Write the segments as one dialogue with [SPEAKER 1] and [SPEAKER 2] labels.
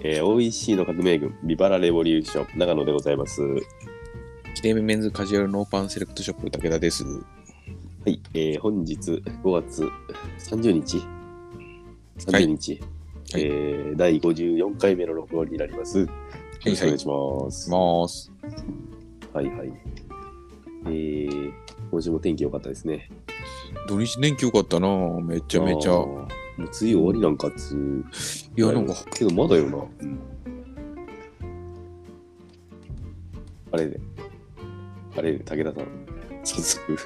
[SPEAKER 1] OEC の革命軍、ビバラレボリューション、長野でございます。は
[SPEAKER 2] キレイメンズカジュアルノーパンセレクトショップ武田です。
[SPEAKER 1] い、えー本日5月30日、30日、
[SPEAKER 2] はい
[SPEAKER 1] えー第54回目の録音になります。よろしくお願いします。
[SPEAKER 2] ます。
[SPEAKER 1] はいはい。えー、今週も天気良かったですね。
[SPEAKER 2] 土日天気良かったなめちゃめちゃ。
[SPEAKER 1] あーもう梅雨終わりなんかっつう。
[SPEAKER 2] いや、なんか、
[SPEAKER 1] けどまだよな。うんあれで、あれで、武田さん、早速。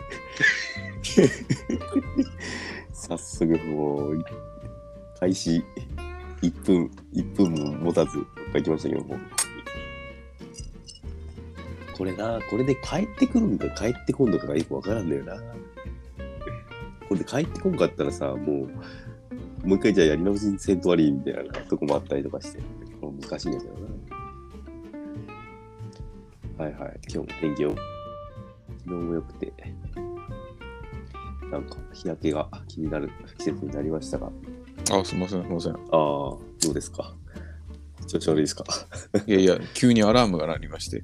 [SPEAKER 1] 早速もう、開始1分、1分も持たず、行きましたけども。これな、これで帰ってくるんか帰ってこんのかがよくわからんだよな。これで帰ってこんかったらさ、もう、もう一回じゃあやり直しにせんと悪いみたいなとこもあったりとかして、これ難しいんだけどな。はいはい、今日も天気を、昨日も良くて、なんか日焼けが気になる季節になりましたが、
[SPEAKER 2] あ、すいません、すいません。
[SPEAKER 1] ああ、どうですか調子悪いですか
[SPEAKER 2] いやいや、急にアラームが鳴りまして、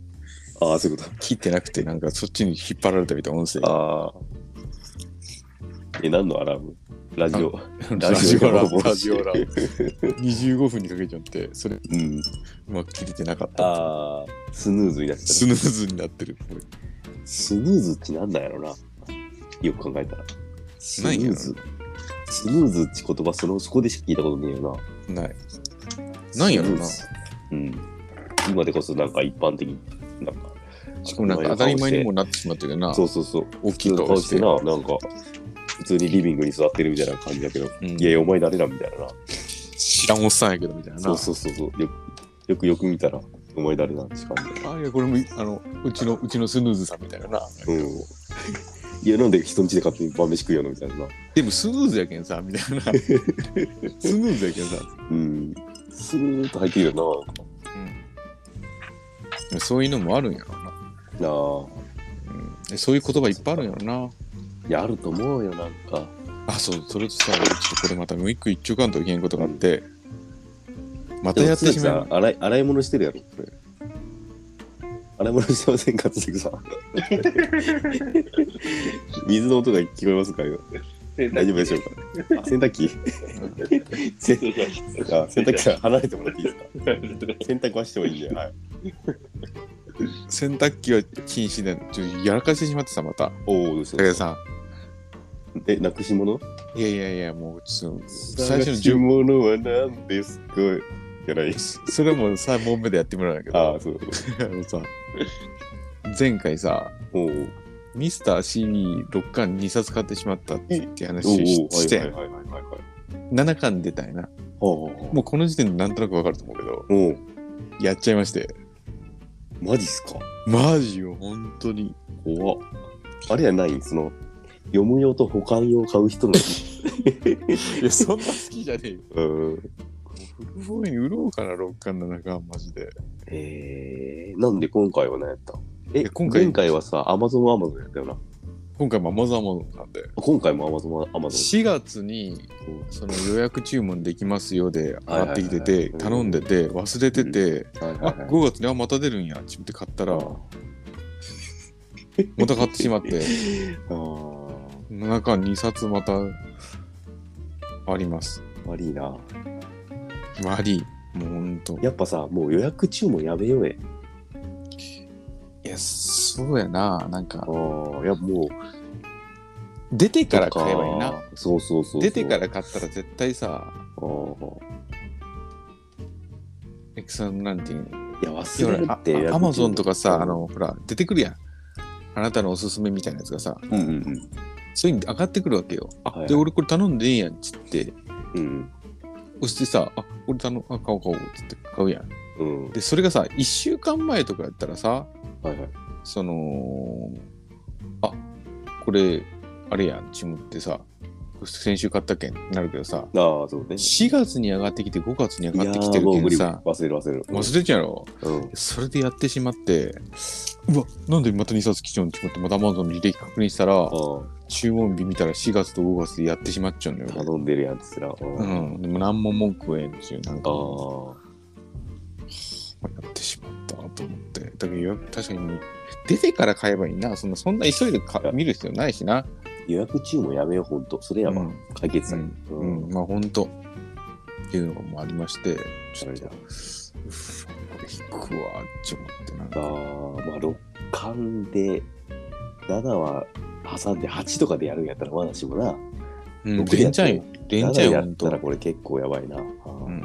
[SPEAKER 1] ああ、そういうこ
[SPEAKER 2] 切ってなくて、なんかそっちに引っ張られたみたいな音声
[SPEAKER 1] と。。ああ。え、何のアラームラジオ。
[SPEAKER 2] ラジオアラーム。
[SPEAKER 1] ラ
[SPEAKER 2] ラ
[SPEAKER 1] ジ
[SPEAKER 2] ジ
[SPEAKER 1] オ
[SPEAKER 2] オ
[SPEAKER 1] アラ
[SPEAKER 2] アラ
[SPEAKER 1] ー
[SPEAKER 2] ーム。25分にかけちゃって、それ、
[SPEAKER 1] うん。
[SPEAKER 2] うまく切れてなかった。
[SPEAKER 1] ああ、スヌーズになってた
[SPEAKER 2] スヌーズになってる。これ
[SPEAKER 1] スヌーズってなんなんやろな。よく考えたら。スヌーズ。スヌーズって言葉その、そこでしか聞いたことねえよ
[SPEAKER 2] ない。
[SPEAKER 1] な。
[SPEAKER 2] なんやろな
[SPEAKER 1] スヌーズ。うん。今でこそなんか一般的になんか。
[SPEAKER 2] しかもなんか当たり前にもなってしまってるな。
[SPEAKER 1] そうそうそう。
[SPEAKER 2] 大
[SPEAKER 1] 普
[SPEAKER 2] き
[SPEAKER 1] 通
[SPEAKER 2] い
[SPEAKER 1] の
[SPEAKER 2] 顔
[SPEAKER 1] 顔
[SPEAKER 2] し
[SPEAKER 1] して
[SPEAKER 2] て。
[SPEAKER 1] な、なんか、普通にリビングに座ってるみたいな感じだけど、
[SPEAKER 2] うん
[SPEAKER 1] いやいや、お前誰だみたいなな。
[SPEAKER 2] 知らんおっさんやけどみたいな。
[SPEAKER 1] そうそうそうそう。よよくよく見たら、お前誰だって感じ。
[SPEAKER 2] あいやこれもあのうちのうちのスヌーズさんみたいなな、
[SPEAKER 1] うん。いや、なんで人ん家で勝手に晩飯食うよのみたいなな。
[SPEAKER 2] でもスヌーズやけんさみたいなスヌーズやけんさ、
[SPEAKER 1] うん。スーッと入ってくるよ
[SPEAKER 2] でもそういうのもあるんやろな、
[SPEAKER 1] な。なあ。
[SPEAKER 2] うんで、そういう言葉いっぱいあるんやろない
[SPEAKER 1] や、あると思うよ、なんか。
[SPEAKER 2] あそうそれとさちょっとこれまたもう一個一丁かんといけんことがあってまたやってしまう
[SPEAKER 1] う。洗い洗い物してるやろ、これ。洗い物してませんか、つくさ ん。水の音が聞こえますかよ。大丈夫でしょうか。あ洗濯 機洗濯機あ洗濯機から離れてもらっていいですか洗濯はしてもいいんで、はい。
[SPEAKER 2] 洗濯機は禁止でちょっとやらかしてしまってさまた
[SPEAKER 1] おお、どうした
[SPEAKER 2] 武田さ
[SPEAKER 1] え、なくし物
[SPEAKER 2] んいやいやいやもうちょっと最初の10
[SPEAKER 1] 物は何ですかじゃないです。
[SPEAKER 2] それも3問目でやってもらうんやけど
[SPEAKER 1] ああ、そう。
[SPEAKER 2] あのさ前回さ
[SPEAKER 1] おー
[SPEAKER 2] ミスター CD6 巻2冊買ってしまったって話
[SPEAKER 1] おー。
[SPEAKER 2] し
[SPEAKER 1] は
[SPEAKER 2] し
[SPEAKER 1] いはい
[SPEAKER 2] て
[SPEAKER 1] はいはいはいはい。
[SPEAKER 2] 7巻出たんやな
[SPEAKER 1] ほうほうほ
[SPEAKER 2] もうこの時点でなんとなくわかると思うけど
[SPEAKER 1] う。おう
[SPEAKER 2] やっちゃいまして
[SPEAKER 1] マジっすか
[SPEAKER 2] マジよ本当に
[SPEAKER 1] 怖っあれやないその、読む用と保管用買う人の。
[SPEAKER 2] いやそんな好きじゃねえよ
[SPEAKER 1] うん。
[SPEAKER 2] フルボーイに売ろうかな6巻7巻マジで
[SPEAKER 1] えー、なんで今回は何やったんえ
[SPEAKER 2] いや、今回
[SPEAKER 1] 前回はさ、アマゾンアマゾンやったよな。
[SPEAKER 2] 今回ママザモなんで
[SPEAKER 1] 今回もアマゾンアマゾン。
[SPEAKER 2] 4月にその予約注文できますよで上がってきて
[SPEAKER 1] はいはい
[SPEAKER 2] て
[SPEAKER 1] はい
[SPEAKER 2] 頼んでて忘れてて
[SPEAKER 1] はい
[SPEAKER 2] あ5月にあまた出るんやちって買ったらまた買ってしまって
[SPEAKER 1] あー
[SPEAKER 2] 中2冊またあります。
[SPEAKER 1] 悪いな。
[SPEAKER 2] 悪い。もうほんと。
[SPEAKER 1] やっぱさ、もう予約注文やめようえ。
[SPEAKER 2] いや、そうやな。なんか
[SPEAKER 1] あ、あ、いやもう。
[SPEAKER 2] 出てから買えばいいな。。
[SPEAKER 1] そうそうそうそう。
[SPEAKER 2] 出てから買ったら絶対さ、
[SPEAKER 1] あー
[SPEAKER 2] エクサンなんていうの
[SPEAKER 1] いや、忘れるって。
[SPEAKER 2] アマゾンとかさ、あ、の、ほら、出てくるやん。あなたのおすすめみたいなやつがさ、
[SPEAKER 1] うんうんうん。
[SPEAKER 2] そういうの上がってくるわけよ。あ、
[SPEAKER 1] はいはい
[SPEAKER 2] で、俺これ頼んでいいやんっつって、
[SPEAKER 1] うん
[SPEAKER 2] 押してさ、あ、俺頼む、あ、買おう買おうっつって買うやん。
[SPEAKER 1] うん。うん。
[SPEAKER 2] で、それがさ、1週間前とかやったらさ、
[SPEAKER 1] はいはい。
[SPEAKER 2] そのあこれあれやんチムってさ先週買ったけんってなるけど
[SPEAKER 1] あ
[SPEAKER 2] さ
[SPEAKER 1] あ、そうね。
[SPEAKER 2] 4月に上がってきて5月に
[SPEAKER 1] い
[SPEAKER 2] 上
[SPEAKER 1] や
[SPEAKER 2] がってきて
[SPEAKER 1] ー
[SPEAKER 2] る
[SPEAKER 1] もう無
[SPEAKER 2] けん
[SPEAKER 1] 理
[SPEAKER 2] さ
[SPEAKER 1] 忘れる忘れる。
[SPEAKER 2] 忘れちゃうやろ
[SPEAKER 1] うん。うん
[SPEAKER 2] それでやってしまってうわなんでまた2冊来ちゃうんって思ってまた Amazon の履歴確認したら注文日見たら4月と5月でやってしまっちゃうのよ
[SPEAKER 1] 頼んでるやつら。う
[SPEAKER 2] うん
[SPEAKER 1] あ
[SPEAKER 2] んでも何も文句言えんですよなんか
[SPEAKER 1] あ。
[SPEAKER 2] まあやってしまったと思って。だから予約確かに出てから買えばいいな。そんなそんな急いでか見る必要ないしな。
[SPEAKER 1] 予約中もやめよう、ほんと。それやば、
[SPEAKER 2] うん
[SPEAKER 1] 解決策。
[SPEAKER 2] う
[SPEAKER 1] うん
[SPEAKER 2] ん、まあ本当っていうのもありまして、ちょっと、
[SPEAKER 1] あ
[SPEAKER 2] うっわこれ引くわちょっと思って
[SPEAKER 1] あ
[SPEAKER 2] な。
[SPEAKER 1] ーまあ、六巻で、7は挟んで8とかでやるんやったらまだしもな。
[SPEAKER 2] うん、
[SPEAKER 1] 僕や
[SPEAKER 2] 連
[SPEAKER 1] ったら
[SPEAKER 2] チャンよ。
[SPEAKER 1] 7
[SPEAKER 2] 連チャンよ、
[SPEAKER 1] や
[SPEAKER 2] ほん
[SPEAKER 1] ったら
[SPEAKER 2] と。
[SPEAKER 1] これ結構やばいな。あ
[SPEAKER 2] う
[SPEAKER 1] ー
[SPEAKER 2] ん、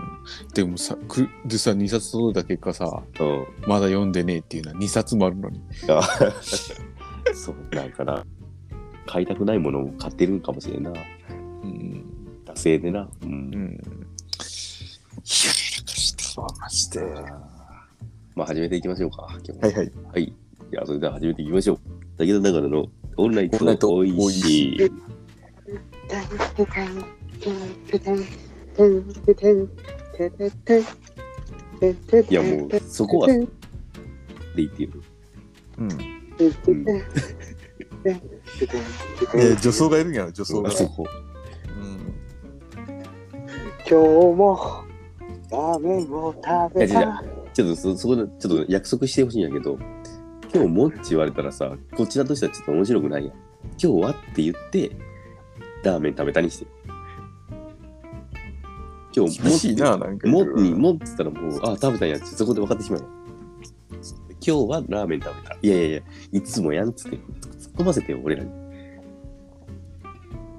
[SPEAKER 2] でもさくでさ2冊届いた結果さ
[SPEAKER 1] うん。
[SPEAKER 2] まだ読んでねえっていうのは2冊もあるのに
[SPEAKER 1] あそう、なんかな。買いたくないものを買ってるんかもしれんな。
[SPEAKER 2] うん、
[SPEAKER 1] 惰性でな。うん
[SPEAKER 2] うん、いややらかしたわマジで
[SPEAKER 1] まあ始めていきましょうか。今日も
[SPEAKER 2] はいはい。
[SPEAKER 1] はい。じゃあそれでは始めていきましょう。武田長野のオンライン
[SPEAKER 2] オンライン
[SPEAKER 1] と
[SPEAKER 2] と
[SPEAKER 1] おいしい。いやもうそこはで言ってる。
[SPEAKER 2] うん、
[SPEAKER 1] うん、
[SPEAKER 2] え女装がいるんやろ女装が
[SPEAKER 1] あ、そこ。
[SPEAKER 2] うん、
[SPEAKER 3] 今日もラーメンを食べ
[SPEAKER 1] いや違
[SPEAKER 3] た。
[SPEAKER 1] ちょっとそそこでちょっと約束してほしいんやけど、今日もって言われたらさ、こちらとしてはちょっと面白くないやん。今日はって言って、ラーメン食べたにしてよ。今日も
[SPEAKER 2] 厳しいななんかいろ
[SPEAKER 1] も
[SPEAKER 2] いろ
[SPEAKER 1] にもって言ったらもう、あ、食べたんやってそこで分かってしまうよ。今日はラーメン食べた。いやいやいや、いつもやんっつって、突っ込ませてよ、俺らに。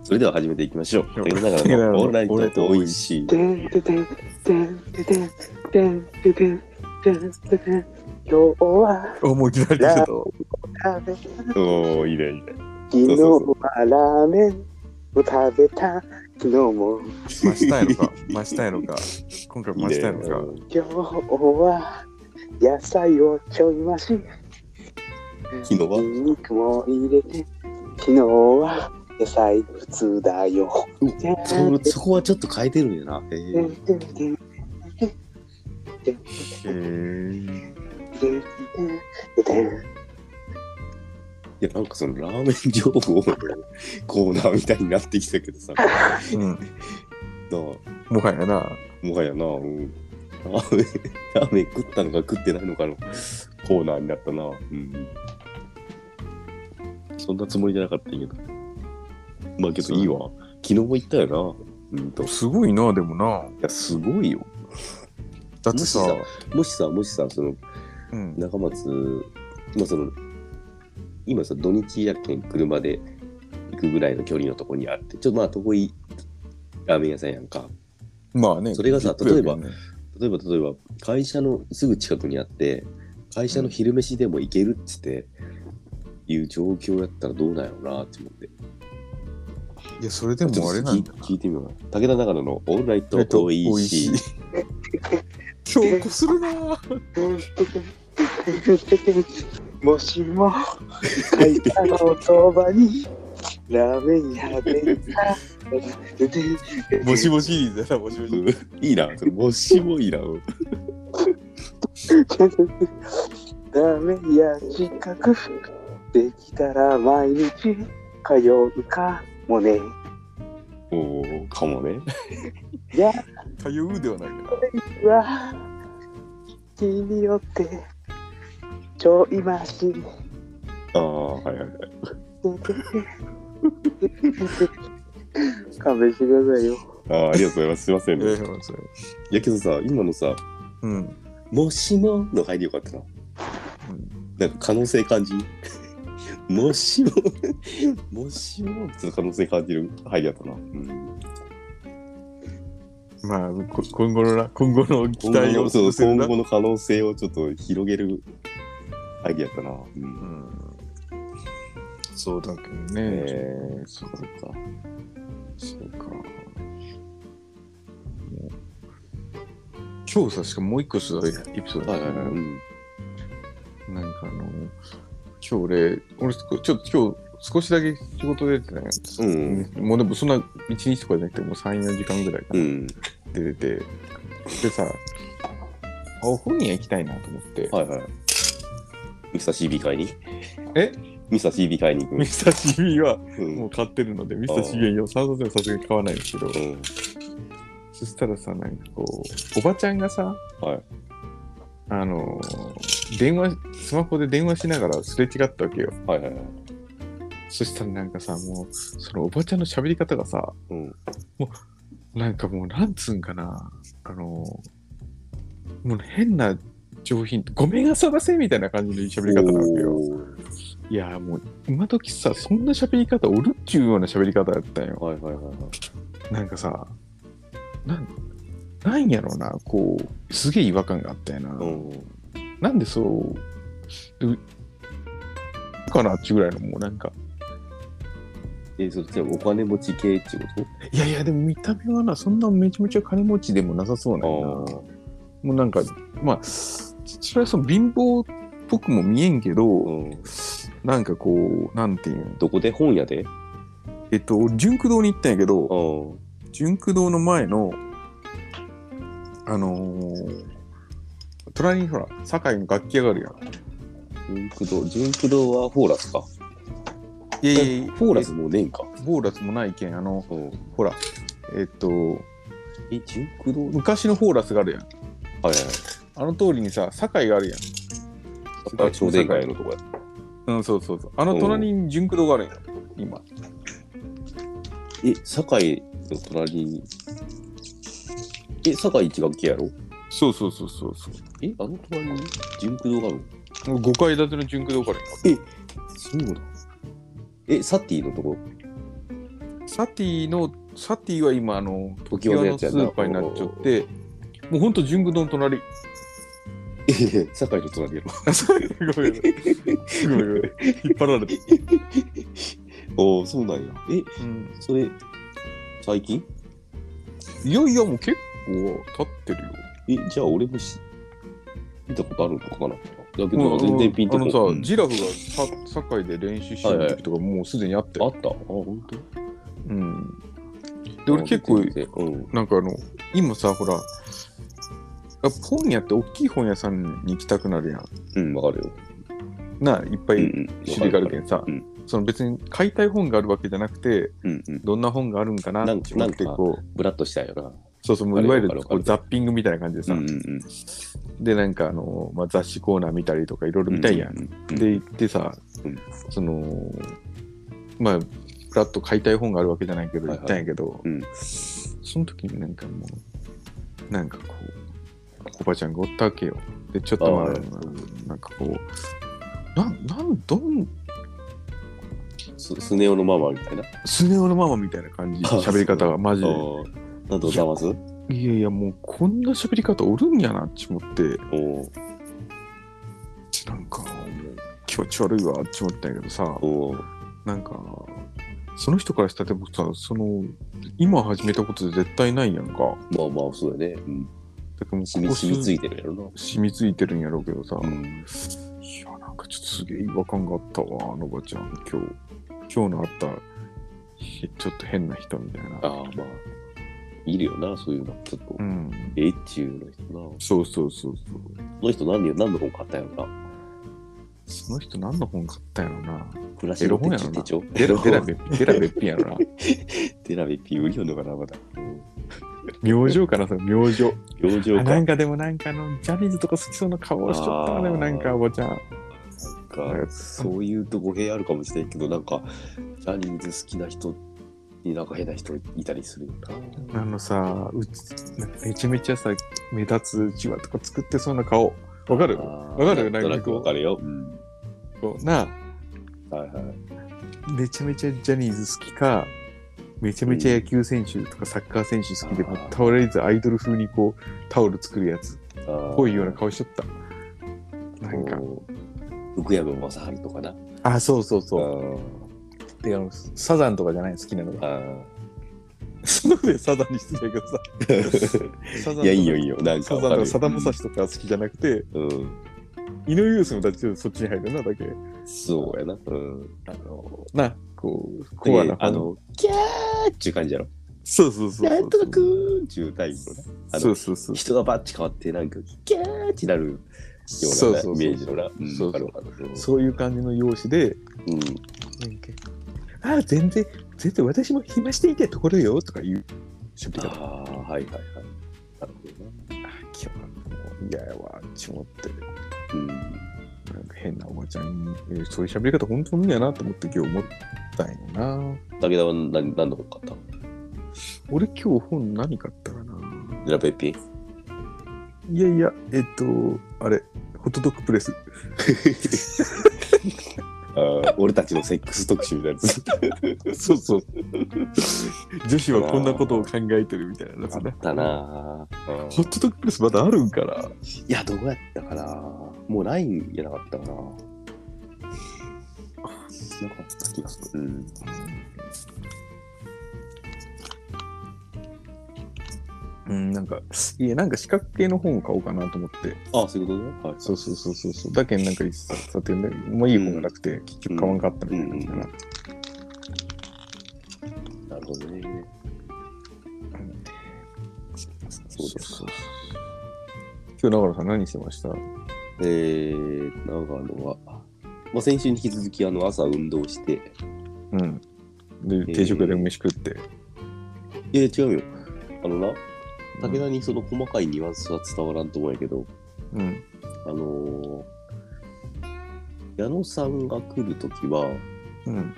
[SPEAKER 1] それでは始めていきましょう。
[SPEAKER 2] いや
[SPEAKER 1] 竹中のオンライン
[SPEAKER 2] 俺らの
[SPEAKER 1] と美味しい。
[SPEAKER 3] てんてんてんてんてんてんてんてんてんてんてんてん今日は
[SPEAKER 2] おもういきなり出てたわ
[SPEAKER 3] 食べた。
[SPEAKER 1] おー、いいね、いいね。
[SPEAKER 3] 昨日はラーメンを食べた。昨日も
[SPEAKER 2] 増したやのか増したやのか今回増したやのか
[SPEAKER 1] うん
[SPEAKER 3] 今日は野菜をちょい増し。
[SPEAKER 1] 昨日は
[SPEAKER 3] ニンニクも入れて。昨日は野菜普通だよ。
[SPEAKER 1] そそこはちょっと変えてるんやな。え
[SPEAKER 3] てん
[SPEAKER 1] ー、
[SPEAKER 3] てんてんてん
[SPEAKER 2] へえ
[SPEAKER 3] てんてんてん
[SPEAKER 1] いやなんかそのラーメン情報のコーナーみたいになってきたけどさ、なあ
[SPEAKER 2] うん
[SPEAKER 1] も
[SPEAKER 2] もはやな
[SPEAKER 1] はやな、うん、ラーメンラーメン食ったのか食ってないのかのコーナーになったな。うん、そんなつもりじゃなかったんやけど。まあけどいいわ。昨日も言ったよな。うんと。い
[SPEAKER 2] すごいなでもな
[SPEAKER 1] や、すごいよ。
[SPEAKER 2] だってさ
[SPEAKER 1] もしもしさ、もしさ、その
[SPEAKER 2] うん
[SPEAKER 1] 中松、まあその、今さ、土日やけん車で行くぐらいの距離のとこにあって、ちょっとまあ遠いラーメン屋さんやんか。
[SPEAKER 2] まあね
[SPEAKER 1] それがさ
[SPEAKER 2] びっくりや
[SPEAKER 1] 例えば
[SPEAKER 2] けどね
[SPEAKER 1] 例えば例えば、会社のすぐ近くにあって、会社の昼飯でも行けるっつって、いう状況やったらどうなんやろうなって思って。
[SPEAKER 2] いやそれでもあれなん
[SPEAKER 1] ち
[SPEAKER 2] だ
[SPEAKER 1] ょっと聞い聞いてみようかな。武田長野のオールナイトといいし、
[SPEAKER 2] 強行す るなぁ
[SPEAKER 3] もしも会社のそばにラーメン屋でた
[SPEAKER 2] もしもシリーズやなもしもシリーズ
[SPEAKER 1] うん いいな、それもしもいいな。うん
[SPEAKER 3] ラーメン屋近くできたら毎日通うかもね
[SPEAKER 1] おー、かもね。
[SPEAKER 3] いや
[SPEAKER 2] 通うではないか
[SPEAKER 3] は気によってちょいまし
[SPEAKER 1] ああ、はいはいはい。
[SPEAKER 3] 勘弁してくださいよ
[SPEAKER 1] ああ、ありがとうございます。すいません
[SPEAKER 2] な
[SPEAKER 1] ね。
[SPEAKER 2] いや
[SPEAKER 1] いやけどさ、今のさ、
[SPEAKER 2] うん
[SPEAKER 1] もしもの入りよかったな。なんか可能性感じ るもしも、 もしも、ちょっと可能性感じる入りやったな。うん、
[SPEAKER 2] まあこ今後のな今後の期
[SPEAKER 1] 今後
[SPEAKER 2] 待
[SPEAKER 1] の
[SPEAKER 2] を
[SPEAKER 1] そう
[SPEAKER 2] 寄せる
[SPEAKER 1] 今
[SPEAKER 2] な
[SPEAKER 1] 後の可能性をちょっと広げる入りやったな。うん
[SPEAKER 2] うんそうだけどね
[SPEAKER 1] えー、そっかそっか。
[SPEAKER 2] そうか。もう今日さ、しかももう一個さ、エピソード
[SPEAKER 1] は
[SPEAKER 2] あ
[SPEAKER 1] い
[SPEAKER 2] る
[SPEAKER 1] はいはい。うん、
[SPEAKER 2] なんかあの、今日俺、俺、ちょっと今日少しだけ仕事出てたんやつ、
[SPEAKER 1] うん
[SPEAKER 2] もうでもそんな1日とかじゃなくて、もう3、4時間ぐらいか
[SPEAKER 1] う
[SPEAKER 2] な、
[SPEAKER 1] ん。
[SPEAKER 2] 出てて、でさ、あお本屋行きたいなと思って、
[SPEAKER 1] はいはい。ミサ CB 会に
[SPEAKER 2] え
[SPEAKER 1] ミサ CB 会に行く
[SPEAKER 2] ミ。スターシビは
[SPEAKER 1] うん
[SPEAKER 2] もう買ってるので、ミスターシビは3冊ではさすがに買わないんですけど、
[SPEAKER 1] うん
[SPEAKER 2] そしたらさ、なんかこう、おばちゃんがさ、
[SPEAKER 1] はい
[SPEAKER 2] あのー電話スマホで電話しながらすれ違ったわけよ
[SPEAKER 1] はいはいはい。
[SPEAKER 2] そしたらなんかさもうそのおばちゃんの喋り方がさ
[SPEAKER 1] うん。
[SPEAKER 2] なんかもうなんつうんかなあのーもう変な上品ごめんなさいませみたいな感じの喋り方なわけよ
[SPEAKER 1] お
[SPEAKER 2] いやもう今時さそんな喋り方おるっちゅうような喋り方やったんよ
[SPEAKER 1] ーはいはいはいはい。
[SPEAKER 2] なんかさ、なん、なんやろな、こう、すげえ違和感があったよな。
[SPEAKER 1] うん。
[SPEAKER 2] なんでそう、うかなっていうぐらいの、もうなんか、
[SPEAKER 1] え、そっちはお金持ち系ってこ
[SPEAKER 2] いやいや、でも見た目はな、そんなめちゃめちゃ金持ちでもなさそう
[SPEAKER 1] と
[SPEAKER 2] なよな。もうなんか、まあ、それはその貧乏っぽくも見えんけど、
[SPEAKER 1] うん。
[SPEAKER 2] なんかこう、なんていうん、
[SPEAKER 1] どこで本屋で
[SPEAKER 2] えっと、純駆堂に行ったんやけど、
[SPEAKER 1] うん。うん。
[SPEAKER 2] 純駆堂の前の、あのー、隣にほら、堺の楽器屋があるやん。
[SPEAKER 1] 純駆動、純駆動はフォーラスか。
[SPEAKER 2] いやいやいや
[SPEAKER 1] フォーラスもうねえんか。
[SPEAKER 2] ボーラスもないけん、あの、
[SPEAKER 1] うん。
[SPEAKER 2] ほら、えっと、
[SPEAKER 1] え、純駆動
[SPEAKER 2] 昔のフォーラスがあるやん。
[SPEAKER 1] はいはい。
[SPEAKER 2] あの通りにさ、堺があるやん。
[SPEAKER 1] あ商店街のとこや。
[SPEAKER 2] うん、そうそうそう。あの隣に純駆堂があるやん、今。
[SPEAKER 1] え、堺の隣に。え、堺一学期やろ
[SPEAKER 2] そうそうそうそうそ
[SPEAKER 1] え、あの隣に純駆動があるの
[SPEAKER 2] う。5階建ての純駆堂がある
[SPEAKER 1] そうなのえ、サティのとこ
[SPEAKER 2] やん。サティの、サティは今、あの、
[SPEAKER 1] 時計
[SPEAKER 2] 時計
[SPEAKER 1] の
[SPEAKER 2] の
[SPEAKER 1] やつ
[SPEAKER 2] ス
[SPEAKER 1] やな
[SPEAKER 2] ーパーになっちゃって、もうほんと純駆堂の隣。
[SPEAKER 1] えへへ堺の隣やろ。
[SPEAKER 2] あそうごめんごめん。ごめんごめん。引っ張られて。
[SPEAKER 1] おお、そうなんや。え、
[SPEAKER 2] うん
[SPEAKER 1] それ、最近
[SPEAKER 2] いやいや、もう結構経ってるよ。
[SPEAKER 1] え、じゃあ俺もし見たことあるのかなだけど、全然ピンと
[SPEAKER 2] あ
[SPEAKER 1] こ
[SPEAKER 2] のさ、
[SPEAKER 1] うん
[SPEAKER 2] ジラフがさ堺で練習してる時とかもうすでにあって、
[SPEAKER 1] あったあ、本当
[SPEAKER 2] うん。で、俺結構、
[SPEAKER 1] うん。
[SPEAKER 2] なんかあの、今さ、ほら、やっぱ本屋って大きい本屋さんに行きたくなるやん。
[SPEAKER 1] うん、わかるよ。
[SPEAKER 2] なあ、いっぱ
[SPEAKER 1] うん
[SPEAKER 2] い
[SPEAKER 1] うん
[SPEAKER 2] 種類があるけどさ、
[SPEAKER 1] うん
[SPEAKER 2] その別に買いたい本があるわけじゃなくて、
[SPEAKER 1] うんうん。
[SPEAKER 2] どんな本があるんかな
[SPEAKER 1] なん
[SPEAKER 2] って思って
[SPEAKER 1] なんか
[SPEAKER 2] こう、
[SPEAKER 1] ブラッとしたよな。
[SPEAKER 2] そうそう、も
[SPEAKER 1] わ
[SPEAKER 2] う
[SPEAKER 1] か
[SPEAKER 2] い
[SPEAKER 1] る
[SPEAKER 2] わゆ
[SPEAKER 1] わ
[SPEAKER 2] る
[SPEAKER 1] かるわか
[SPEAKER 2] こ
[SPEAKER 1] る
[SPEAKER 2] うザッピングみたいな感じでさ、
[SPEAKER 1] うんうん
[SPEAKER 2] で、なんかあの、まあ、雑誌コーナー見たりとかいろいろ
[SPEAKER 1] うん。
[SPEAKER 2] 見たいやん。
[SPEAKER 1] うう
[SPEAKER 2] で、行ってさ、
[SPEAKER 1] うん
[SPEAKER 2] そのまあフラッと買いたい本があるわけじゃないけど
[SPEAKER 1] はいは
[SPEAKER 2] 行
[SPEAKER 1] い
[SPEAKER 2] ったんやけど、
[SPEAKER 1] うん
[SPEAKER 2] その時になんかもうなんかこうおばちゃんがおったわけよでちょっとまあ
[SPEAKER 1] ああ
[SPEAKER 2] なんかこうなんなんどん
[SPEAKER 1] ススネ夫のママみたいな。
[SPEAKER 2] スネ夫のママみたいな感じ
[SPEAKER 1] ああ
[SPEAKER 2] 喋り方がマジ
[SPEAKER 1] あ
[SPEAKER 2] で
[SPEAKER 1] ーなんとざます
[SPEAKER 2] いやいやもうこんな喋り方おるんやなって思って
[SPEAKER 1] おー
[SPEAKER 2] なんかもう気持ち悪いわって思ったんやけどさ、
[SPEAKER 1] おー
[SPEAKER 2] なんか、その人からしたら、でもさ、その、今始めたことで絶対ないやんか。
[SPEAKER 1] まあまあ、そうだね。うん。
[SPEAKER 2] だからもう
[SPEAKER 1] 染み染みつ
[SPEAKER 2] い
[SPEAKER 1] いてるやろ
[SPEAKER 2] 染みついてるんやろうけどさ、
[SPEAKER 1] な。うん。
[SPEAKER 2] いや、なんかちょっとすげえ違和感があったわ、あのおばちゃん、今日。今日のあった、ひちょっと変な人みたい
[SPEAKER 1] ああ
[SPEAKER 2] な。、
[SPEAKER 1] まあ。いるよな、そういうの。ちょっと
[SPEAKER 2] う。ん。
[SPEAKER 1] ええっちゅうの人な。こ
[SPEAKER 2] そうそうそうそう。
[SPEAKER 1] の人何人何の本買ったんやろな。
[SPEAKER 2] その人何の本買ったんやろな。
[SPEAKER 1] 暮らしの手帳手帳。
[SPEAKER 2] デラ、 デラべっデラべっぴんやろな。
[SPEAKER 1] テラビピ売りよんのかな、まだ。
[SPEAKER 2] 明星かな、その明星。
[SPEAKER 1] 表情
[SPEAKER 2] あ
[SPEAKER 1] か。
[SPEAKER 2] な
[SPEAKER 1] なん
[SPEAKER 2] んかでもなんかあの、ジャニーズとか好きそうな顔しちゃった
[SPEAKER 1] あ
[SPEAKER 2] わ、
[SPEAKER 1] ー
[SPEAKER 2] でもなんかおばちゃん。
[SPEAKER 1] か、そういうと語弊あるかもしれんけど、なんか、ジャニーズ好きな人になんか変な人いたりするよ
[SPEAKER 2] あのさ、うつめちゃめちゃさ、目立つチワとか作ってそうな顔。わ
[SPEAKER 1] な。
[SPEAKER 2] かる
[SPEAKER 1] わ
[SPEAKER 2] わかる
[SPEAKER 1] なんと
[SPEAKER 2] な
[SPEAKER 1] な
[SPEAKER 2] んか
[SPEAKER 1] く
[SPEAKER 2] こう
[SPEAKER 1] わかるよ。うん。
[SPEAKER 2] こうなあ、
[SPEAKER 1] はいはい。
[SPEAKER 2] めちゃめちゃジャニーズ好きか、めちゃめちゃ野球選手とかサッカー選手好きで、
[SPEAKER 1] うん
[SPEAKER 2] もう倒れずアイドル風にこう、タオル作るやつっ
[SPEAKER 1] あー
[SPEAKER 2] ぽいような顔しちゃった。なんか、
[SPEAKER 1] こう福山雅治とかな。
[SPEAKER 2] あ、そうそうそう。
[SPEAKER 1] う。
[SPEAKER 2] で、あの、サザンとかじゃない好きなのが。
[SPEAKER 1] あ
[SPEAKER 2] その上サザンに失礼だけどさ、
[SPEAKER 1] ー
[SPEAKER 2] サザンとか
[SPEAKER 1] いや、いいよいいよ。なんか
[SPEAKER 2] サ
[SPEAKER 1] わ
[SPEAKER 2] ザ
[SPEAKER 1] か
[SPEAKER 2] ンと
[SPEAKER 1] る
[SPEAKER 2] か
[SPEAKER 1] よ。
[SPEAKER 2] サダムサシとか好きじゃなくて、
[SPEAKER 1] うん。
[SPEAKER 2] 井上陽水もだってそっちに入るな、だけ。
[SPEAKER 1] そうやな。うん。あの、
[SPEAKER 2] な、こう、コア
[SPEAKER 1] で
[SPEAKER 2] な、
[SPEAKER 1] あ、の、キャーっていう感じやろ。
[SPEAKER 2] そうそうそうそう。
[SPEAKER 1] なんとかくーんっていうタイプのね。あの
[SPEAKER 2] そうそうそう。
[SPEAKER 1] 人がバッチ変わってなんかキャーってなるよ
[SPEAKER 2] そう
[SPEAKER 1] う
[SPEAKER 2] そう
[SPEAKER 1] な
[SPEAKER 2] そ
[SPEAKER 1] イ
[SPEAKER 2] う
[SPEAKER 1] メージのな。うん
[SPEAKER 2] そ
[SPEAKER 1] わ
[SPEAKER 2] う
[SPEAKER 1] か
[SPEAKER 2] そ
[SPEAKER 1] る
[SPEAKER 2] う
[SPEAKER 1] わかる
[SPEAKER 2] そういう感じの容姿で、
[SPEAKER 1] うん。
[SPEAKER 2] ああ、全然、全然私も暇していたいところよとか言う。喋り
[SPEAKER 1] あ
[SPEAKER 2] 方。
[SPEAKER 1] あ、はいはいはい。なるほどな。
[SPEAKER 2] 今日はもう嫌やわって思って、
[SPEAKER 1] うん
[SPEAKER 2] なんか変なおばちゃんに、えーそういう喋り方本当にやなと思って今日思ったんやな。
[SPEAKER 1] 武田は何何の本買ったの
[SPEAKER 2] 俺今日本何買ったかな
[SPEAKER 1] ジェラペッピ
[SPEAKER 2] いやいや、えっと、あれ、ホットドッグプレ ス。
[SPEAKER 1] あー俺たちのセックス特集みたいなやつ
[SPEAKER 2] そうそう。女子はこんなことを考えてるみたいなやつ
[SPEAKER 1] あ
[SPEAKER 2] ね
[SPEAKER 1] っ。たなぁうん
[SPEAKER 2] ホットドッグプレスまだあるんかない
[SPEAKER 1] やどうやったかなもうないんじゃなかったかななかった気がするうん
[SPEAKER 2] うん、なんか、いや、なんか四角形の本を買おうかなと思って。
[SPEAKER 1] あそういうことねはい
[SPEAKER 2] そうそうそうそうそう。だけどなんか一冊買ってんだけど、まあいい本がなくて、結局買わんかったみたいな感じだな。
[SPEAKER 1] なるほどね
[SPEAKER 2] そう
[SPEAKER 1] そうですか
[SPEAKER 2] 今日、長野さん何してました
[SPEAKER 1] えー、長野は、まあ、先週に引き続きあの朝運動して
[SPEAKER 2] うん。で、定食屋で飯食って。
[SPEAKER 1] いや違うよあのな武田にその細かいニュアンスは伝わらんと思うんやけど、
[SPEAKER 2] うん。
[SPEAKER 1] あのー矢野さんが来るときは、
[SPEAKER 2] うん。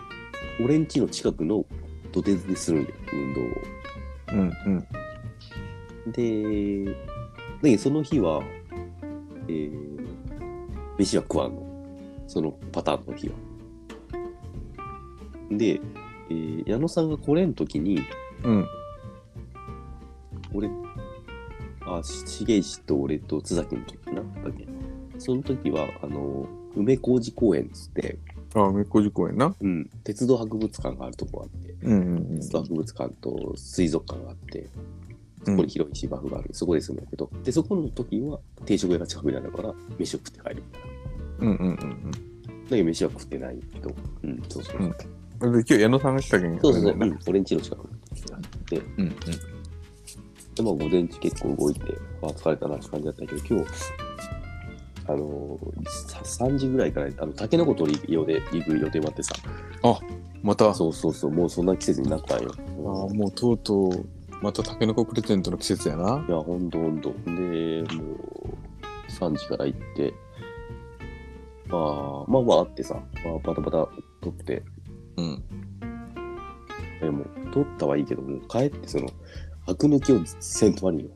[SPEAKER 1] 俺ん家の近くの土手でするんだよ、運動を。
[SPEAKER 2] うん。うん。
[SPEAKER 1] で、だけどその日は、えー、飯は食わんの。そのパターンの日は。で、えー矢野さんが来れんときに、
[SPEAKER 2] うん。
[SPEAKER 1] 俺、あ、しげいしと俺と津崎の時かな、だけその時は、あの、梅小路公園っつって、
[SPEAKER 2] ああ、めっこじ公園な。
[SPEAKER 1] うん、鉄道博物館があるとこあって、
[SPEAKER 2] うんうんうん
[SPEAKER 1] 鉄道博物館と水族館があって、そこに広い芝生がある、そこで住むんだけど、で、そこの時は定食屋が近くにあるから、飯を食って帰るみたいな。
[SPEAKER 2] うんうんうん
[SPEAKER 1] だけど飯は食ってないけど、うん、そうそう。
[SPEAKER 2] うんうん。で、今日矢野さんが来たけん。
[SPEAKER 1] そうそうそう、
[SPEAKER 2] あれ
[SPEAKER 1] う、
[SPEAKER 2] だよなん
[SPEAKER 1] 俺ん家の近くにで、で
[SPEAKER 2] うん
[SPEAKER 1] まあ午前中結構動いて、あ疲れたなって感じだったけど、今日、あのー、さ3時ぐらいから、あの、タケノコ取り用で行く予定もあってさ、
[SPEAKER 2] うん。また、ああ、
[SPEAKER 1] そうそうそう、もうそんな季節になったんよ。。
[SPEAKER 2] もうとうとう、またタケノコプレゼントの季節やない
[SPEAKER 1] や、ほんとほんと。で、もう、3時から行って、まあ、まあまああってさ、まあ、バタバタ撮って、
[SPEAKER 2] うん。
[SPEAKER 1] でも、撮ったはいいけど、もう帰って、その、アク抜きをせんとまりんよ。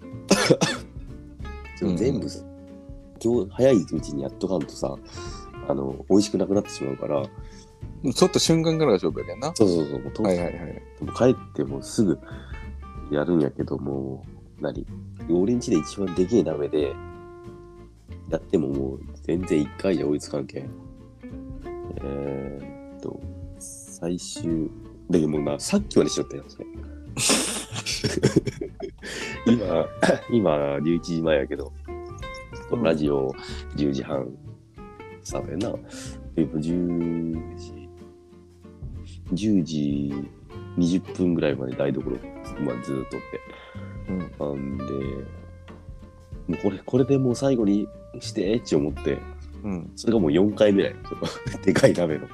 [SPEAKER 1] その全部、今日早いうちにやっとかんとさ、あの、美味しくなくなってしまうから、
[SPEAKER 2] ちょっと瞬間からが勝負やけんな。
[SPEAKER 1] そうそうそう、もう撮っ
[SPEAKER 2] はいはいはい。
[SPEAKER 1] もう帰ってもうすぐやるんやけどもう何俺んちで一番でけえ鍋でやってももう全然一回じゃ追いつかんけんえー、っと最終だけどもうなさっきまでしよったよそれ今今11時前やけどラジオ10時半スタートやなでも10時10時20分ぐらいまで台所、まあ、ずーっとって。
[SPEAKER 2] うん。
[SPEAKER 1] なんで、もうこれ、これでもう最後にしてって思って、
[SPEAKER 2] うん。
[SPEAKER 1] それがもう4回目 だよ。そのでかい鍋の。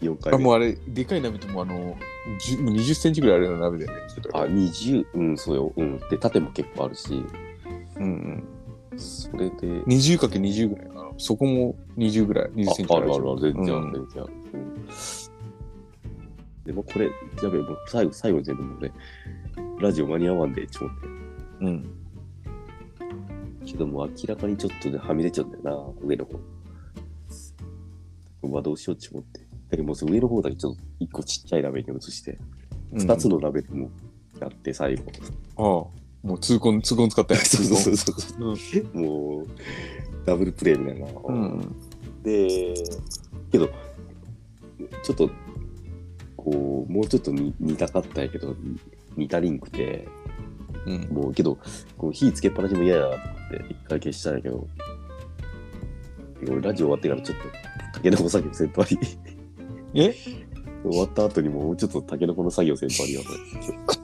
[SPEAKER 1] 4回
[SPEAKER 2] あ、
[SPEAKER 1] 目。
[SPEAKER 2] もうあれ、でかい鍋ってもうあの、じゅもう20センチぐらいあるような鍋だよね。
[SPEAKER 1] あ、20、うん、そうよ。うん。で、縦も結構あるし、
[SPEAKER 2] うんうん。
[SPEAKER 1] それで、
[SPEAKER 2] 20かけ20ぐらいかな。そこも20ぐらい、20センチ
[SPEAKER 1] あ
[SPEAKER 2] ぐ
[SPEAKER 1] あ
[SPEAKER 2] らい
[SPEAKER 1] るあるある、全然あ
[SPEAKER 2] うん
[SPEAKER 1] る、全然ある。うんでもこれ、やべえ、もう最後、最後に全部もうね、ラジオ間に合わんで、って思って。
[SPEAKER 2] うん。
[SPEAKER 1] けどもう明らかにちょっとではみ出ちゃうんだよな、上の方。まあどうしようって思って。だけどもうその上の方だけちょっと一個ちっちゃい鍋に移して、二、つ
[SPEAKER 2] の。
[SPEAKER 1] の鍋でもやって最後。
[SPEAKER 2] ああ、もう痛恨、痛恨使った やん。
[SPEAKER 1] そうそうそう
[SPEAKER 2] う。
[SPEAKER 1] そう。もう、ダブルプレイみたいな。
[SPEAKER 2] うん。
[SPEAKER 1] で、けど、ちょっと、こう、もうちょっとに似たかったんやけど、に似たりんくて、
[SPEAKER 2] うん。
[SPEAKER 1] もうけど、こう火つけっぱなしも嫌やなと思って、一回消したんやけど、俺ラジオ終わってからちょっと、タケノコの作業先輩に、
[SPEAKER 2] え
[SPEAKER 1] 終わった後にもうちょっとタケノコの作業先輩にやばい。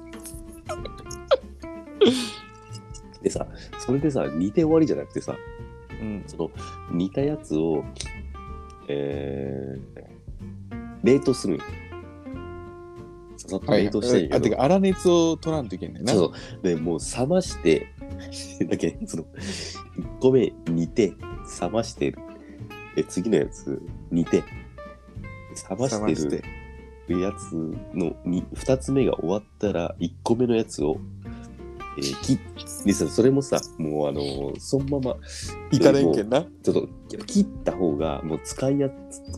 [SPEAKER 1] でさ、それでさ、煮て終わりじゃなくてさ、
[SPEAKER 2] うん。
[SPEAKER 1] その煮たやつを、えー、冷凍するんよささっと
[SPEAKER 2] はい
[SPEAKER 1] 冷凍してんやけど、
[SPEAKER 2] あ、てか、粗熱を取らんといけんねんな。
[SPEAKER 1] そうそうでもう冷まして だけどその1個目煮て冷ましてえ次のやつ煮て冷ま
[SPEAKER 2] 冷ま
[SPEAKER 1] し
[SPEAKER 2] してて
[SPEAKER 1] るやつの 2, 二つ目が終わったら1個目のやつを、えー、切っでさそれもさもうあのーそのまま
[SPEAKER 2] いかれんけんな。
[SPEAKER 1] ちょっと切った方がもう使いや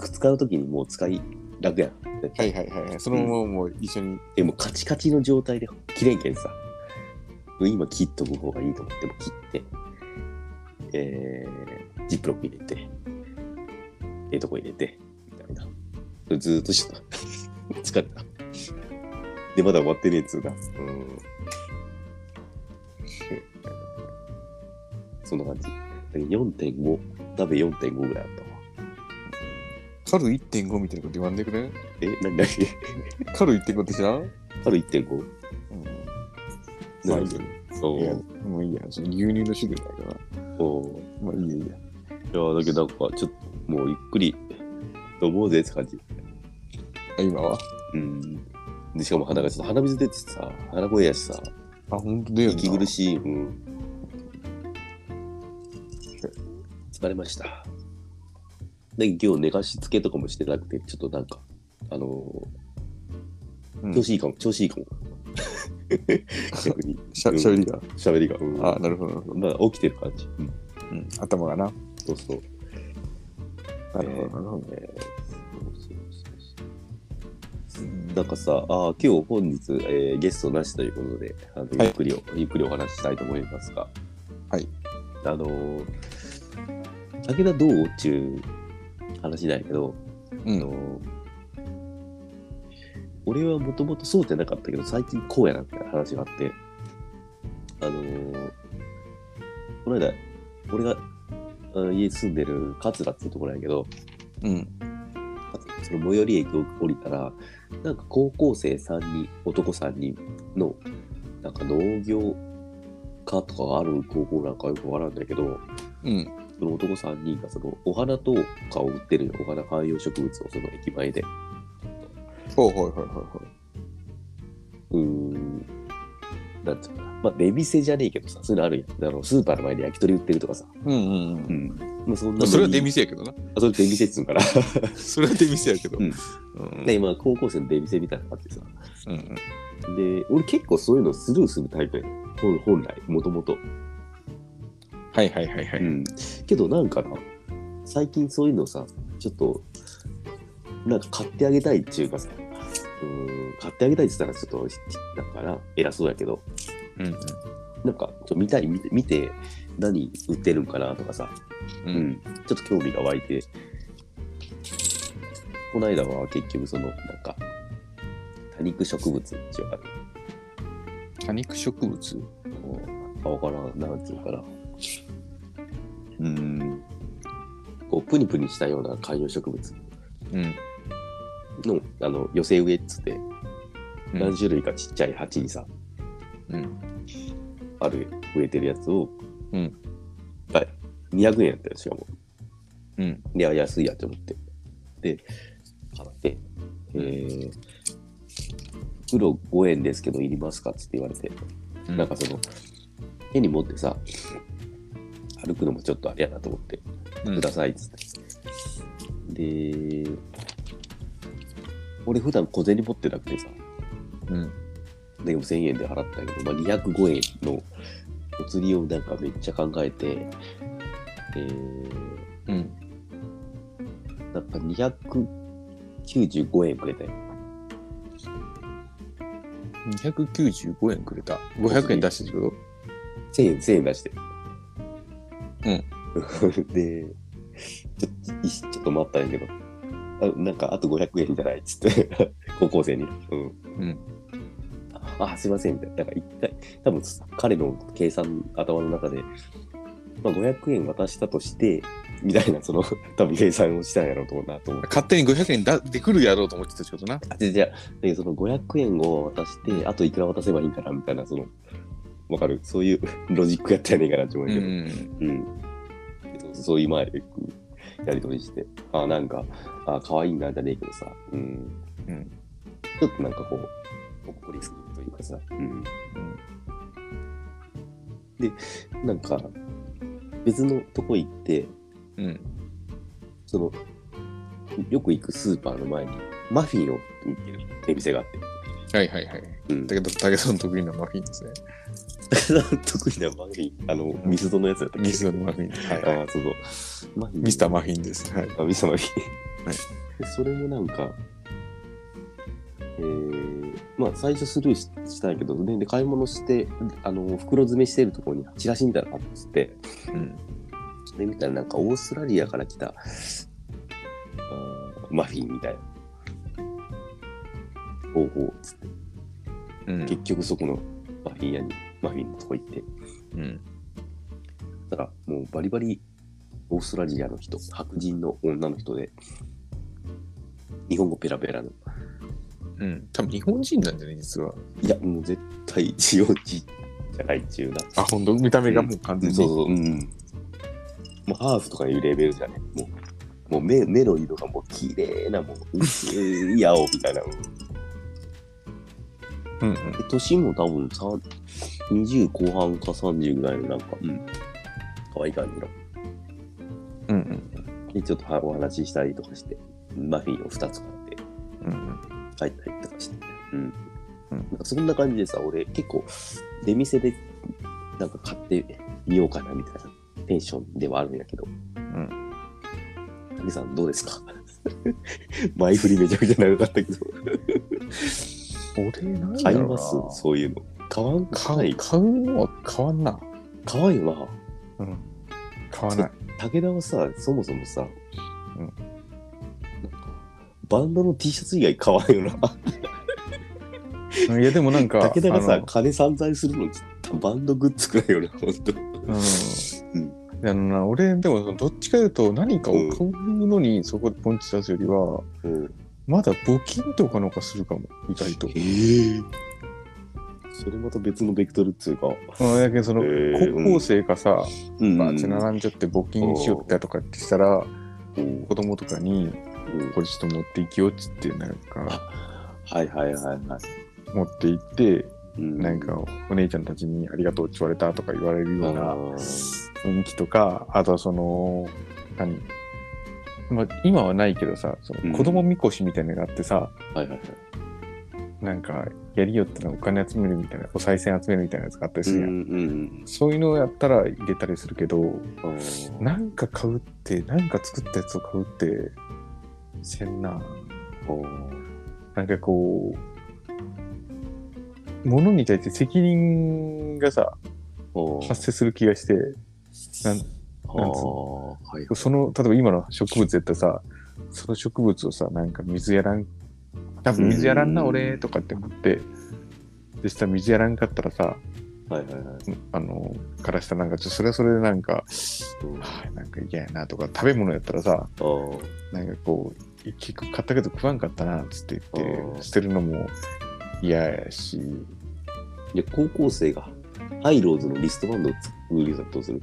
[SPEAKER 1] 使う時にもう使い楽やん
[SPEAKER 2] はいはいはいはい。そのままもう一緒に。
[SPEAKER 1] でもカチカチの状態で切れんけんさ。今切っとく方がいいと思って、もう切って、えー、ジップロック入れて、ええとこ入れて、みたいな。それずーっとしてた。 疲れた。で、まだ終わってねえっつうな。うん。そんな感じ。4.5、鍋4.5ぐらいあったわ。
[SPEAKER 2] カル1.5みたいなこと言わんでくれん
[SPEAKER 1] え、な になに
[SPEAKER 2] カル1.5って知らん
[SPEAKER 1] 春 1.5?
[SPEAKER 2] まあい
[SPEAKER 1] 何
[SPEAKER 2] いよ。
[SPEAKER 1] そ
[SPEAKER 2] いや、
[SPEAKER 1] う。
[SPEAKER 2] もういいや。その牛乳の種類だから。
[SPEAKER 1] そう。
[SPEAKER 2] まあいいやいいや。
[SPEAKER 1] いやーだけどなんかちょっともうゆっくり飲もうぜって感じ。
[SPEAKER 2] あ今は
[SPEAKER 1] うん。でしかも鼻がちょっと鼻水出てさ、鼻声やしさ、
[SPEAKER 2] あ、本当だよな。
[SPEAKER 1] 息苦しい。うん。疲れました。で、今日寝かしつけとかもしてなくて、ちょっとなんか、あの
[SPEAKER 2] う
[SPEAKER 1] ー、
[SPEAKER 2] ん
[SPEAKER 1] 調子いいかも、調子いい かも。逆に。
[SPEAKER 2] しゃしゃべりが。
[SPEAKER 1] 喋りが。うん、
[SPEAKER 2] あ、なるほどなるほど。
[SPEAKER 1] まあ、起きてる感じ。うん。
[SPEAKER 2] うん頭がな。
[SPEAKER 1] そうそう。
[SPEAKER 2] なるほどなるほど。
[SPEAKER 1] えーそうそうそうそう
[SPEAKER 2] うん
[SPEAKER 1] なんかさ、あー今日本日、えーゲストなしということで、あの
[SPEAKER 2] はい
[SPEAKER 1] ゆっくりお、ゆっくりお話ししたいと思いますが、
[SPEAKER 2] はい。
[SPEAKER 1] あのー、武田どうっちゅう話なんやけど、
[SPEAKER 2] う
[SPEAKER 1] あ
[SPEAKER 2] ん
[SPEAKER 1] のー俺はもともとそうじゃなかったけど、最近こうやなって話があって、あのーこの間、俺があの家住んでる桂っていうところやけど、
[SPEAKER 2] うん。
[SPEAKER 1] その最寄り駅を降りたら、なんか高校生3人、男3人の、なんか農業科とかがある高校なんかよくわからんだけど、
[SPEAKER 2] うん。
[SPEAKER 1] その男3人がそのお花とかを売ってるよお花観葉植物をその駅前で。
[SPEAKER 2] ほうほうほうほうほう。
[SPEAKER 1] うーん、なんつうのかな。まあ、出店じゃねえけどさ、そういうのあるやん。あのスーパーの前で焼き鳥売ってるとかさ。
[SPEAKER 2] うんうんうん。
[SPEAKER 1] ん。まあ、そんな
[SPEAKER 2] ま
[SPEAKER 1] の
[SPEAKER 2] あ
[SPEAKER 1] に
[SPEAKER 2] それは出店やけどな。
[SPEAKER 1] あそれ出店っつうんかな。
[SPEAKER 2] それは出店やけど。
[SPEAKER 1] う
[SPEAKER 2] うんん。
[SPEAKER 1] で、今、高校生の出店みたいなのがあってさ。
[SPEAKER 2] うんうん。
[SPEAKER 1] で、俺結構そういうのスルーするタイプやねん本本来、もともと。
[SPEAKER 2] はいはいはいは
[SPEAKER 1] う
[SPEAKER 2] い。
[SPEAKER 1] ん、けどなんかな最近そういうのさちょっとなんか買ってあげたいっていうかさうーん買ってあげたいって言ったらちょっとひなんかな偉そうやけど
[SPEAKER 2] うんうん。
[SPEAKER 1] なんかちょっと見たい見て見て何売ってるんかなとかさ、
[SPEAKER 2] う
[SPEAKER 1] うんんちょっと興味が湧いてこの間は結局そのなんか多肉植物っていうか
[SPEAKER 2] 多肉植物
[SPEAKER 1] あわからんなんていうのかなうーんこうプニプニしたような観葉植物
[SPEAKER 2] うん。
[SPEAKER 1] のあの寄せ植えっつって
[SPEAKER 2] うん
[SPEAKER 1] 何種類かちっちゃい鉢にさ、
[SPEAKER 2] うん
[SPEAKER 1] ある植えてるやつを、
[SPEAKER 2] うん
[SPEAKER 1] はい、200円やったよしかも
[SPEAKER 2] うん。
[SPEAKER 1] いや安いやと思ってで買って、えー、袋5円ですけどいりますかっつって言われて、
[SPEAKER 2] うん
[SPEAKER 1] なんかその手に持ってさ歩くのもちょっとあれやなと思って
[SPEAKER 2] うん
[SPEAKER 1] くださいっつって、で俺普段小銭持ってなくてさ
[SPEAKER 2] うん。
[SPEAKER 1] でも1000円で払ったけど、まあ、205円のお釣りをなんかめっちゃ考えて、えー、
[SPEAKER 2] うん。
[SPEAKER 1] なんか295円くれたよ。
[SPEAKER 2] 295円くれた。500円出してる
[SPEAKER 1] 1000円、1000円出して。うん。 で、ちょっと、いちょっと待ったんやけど、あなんかあと500円じゃないっつって、 高校生に。うん。
[SPEAKER 2] うん。
[SPEAKER 1] あ、すいません、みたいな。なんか一回、多分彼の計算、頭の中で、まあ、500円渡したとして、みたいな、その、 多分計算をしたんやろうと思うなと思って。
[SPEAKER 2] 勝手に500円だでくるやろうと思ってたってことな。
[SPEAKER 1] あ、じゃじゃで、その500円を渡して、あといくら渡せばいいかな、みたいな、その、わかるそう いうロジックやったやねんかなって思う
[SPEAKER 2] う
[SPEAKER 1] けど。
[SPEAKER 2] ん。
[SPEAKER 1] うん。そうそういう前でやり取りして、あなんか、あ可愛いなじゃねえけどさ、うん。
[SPEAKER 2] うん
[SPEAKER 1] ちょっとなんかこう、ほっこりするというかさ、うん。
[SPEAKER 2] うん
[SPEAKER 1] でなんか別のとこ行って
[SPEAKER 2] うん。
[SPEAKER 1] そのよく行くスーパーの前にマフィンを売ってるって店があ って、
[SPEAKER 2] はいはいはい。
[SPEAKER 1] うん、
[SPEAKER 2] だけど、武さんの得意なマフィンですね。
[SPEAKER 1] 得意なマフィンあのミスドのやつだったっけ
[SPEAKER 2] ミスドのマフィン。はいはい。
[SPEAKER 1] ああそうそうマフィン
[SPEAKER 2] ミスターマフィンです。はい。
[SPEAKER 1] あ、ミスターマフィン。
[SPEAKER 2] はい
[SPEAKER 1] でそれもなんか、えー、まあ最初スルーししたんやけど、でで買い物して、あの袋詰めしてるところにチラシみたいなのがあってつって、
[SPEAKER 2] うん。
[SPEAKER 1] で見たらなんかオーストラリアから来たあーマフィンみたいな方法つって、
[SPEAKER 2] うん。
[SPEAKER 1] 結局そこのマフィン屋に、マフィンのとこ行って、
[SPEAKER 2] うん。
[SPEAKER 1] たらもうバリバリオーストラリアの人白人の女の人で日本語ペラペラの
[SPEAKER 2] うん。多分日本人なんじゃない実は。
[SPEAKER 1] いやもう絶対一応人じゃないっちゅうな
[SPEAKER 2] あ、本当見た目がもう
[SPEAKER 1] そ
[SPEAKER 2] 完
[SPEAKER 1] う
[SPEAKER 2] 全に。
[SPEAKER 1] そううんもうハーフとかいうレベルじゃねもうもう目目の色がもう綺麗なもう薄い青みたい なで
[SPEAKER 2] うんうん。
[SPEAKER 1] 年も多分さ20後半か30ぐらいのなんか、うん、可愛い感じの
[SPEAKER 2] うんうん。
[SPEAKER 1] でちょっとはお話ししたりとかしてマフィンを2つ買って
[SPEAKER 2] うん
[SPEAKER 1] 帰ったりとかして、うん
[SPEAKER 2] うん
[SPEAKER 1] なんかそんな感じでさ俺結構出店でなんか買ってみようかなみたいなテンションではあるんやけど
[SPEAKER 2] ん
[SPEAKER 1] 谷さんどうですか 前振りめちゃくちゃ長かったけど
[SPEAKER 2] うん。俺、なんだ
[SPEAKER 1] 買い
[SPEAKER 2] ろう
[SPEAKER 1] ま
[SPEAKER 2] な
[SPEAKER 1] すそういうの買わんかな
[SPEAKER 2] 買う
[SPEAKER 1] い
[SPEAKER 2] 買うのは買わんな。
[SPEAKER 1] 買わんわ
[SPEAKER 2] 買わない。
[SPEAKER 1] 武田はさそもそもさ、
[SPEAKER 2] うん
[SPEAKER 1] バンドの T シャツ以外買わんよな
[SPEAKER 2] うんいや、でも なんか、
[SPEAKER 1] 武田が
[SPEAKER 2] あ
[SPEAKER 1] さ
[SPEAKER 2] の
[SPEAKER 1] 金散財するのバンドグッズくらいよな本当
[SPEAKER 2] うん
[SPEAKER 1] うん
[SPEAKER 2] いやあのな俺でもそのどっちかいうと何かを買うのにそこでポンチ出すよりは、
[SPEAKER 1] うん
[SPEAKER 2] まだ募金とかの方がするかも意外と
[SPEAKER 1] へえ。それまた別のベクトルっつうか。
[SPEAKER 2] うんだけどその
[SPEAKER 1] へー
[SPEAKER 2] 高校生がさ、
[SPEAKER 1] う
[SPEAKER 2] バ
[SPEAKER 1] ん
[SPEAKER 2] ーって並んじゃって募金しよったとかってしたら、
[SPEAKER 1] うん
[SPEAKER 2] 子供とかにこれちょっと持っていきよっつってなんか
[SPEAKER 1] はいはいはいは
[SPEAKER 2] 持って行って
[SPEAKER 1] い。う
[SPEAKER 2] なんかお姉ちゃんたちにありがとうって言われたとか言われるような
[SPEAKER 1] あー
[SPEAKER 2] 雰囲気とかあとはその何まあ今はないけどさその子供みこしみたいなのがあってさ、
[SPEAKER 1] はいはいはい。
[SPEAKER 2] なんか、やりよったらお金集めるみたいな、お賽銭集めるみたいなやつがあったりするやん。
[SPEAKER 1] ん
[SPEAKER 2] そういうのをやったら入れたりするけど、
[SPEAKER 1] うん。
[SPEAKER 2] なんか買うって、なんか作ったやつを買うって、せんな。なんかこう、物に対して責任がさ、
[SPEAKER 1] おー
[SPEAKER 2] 発生する気がして、なん
[SPEAKER 1] あーはい。
[SPEAKER 2] その、例えば今の植物やったらさ、その植物をさ、なんか水やらん、多分水やらんな
[SPEAKER 1] うん
[SPEAKER 2] 俺とかって思って、でしたら水やらんかったらさ、
[SPEAKER 1] はいはいはい。
[SPEAKER 2] あの、からしたらなんか、ちょそれはそれでなんか、あーなんか嫌やなとか、食べ物やったらさ、
[SPEAKER 1] あー
[SPEAKER 2] なんかこう、結局買ったけど食わんかったなっつって言っ
[SPEAKER 1] あー
[SPEAKER 2] て、捨てるのも嫌やし、
[SPEAKER 1] いや、高校生がハイローズのリストバンドを作るようだとする。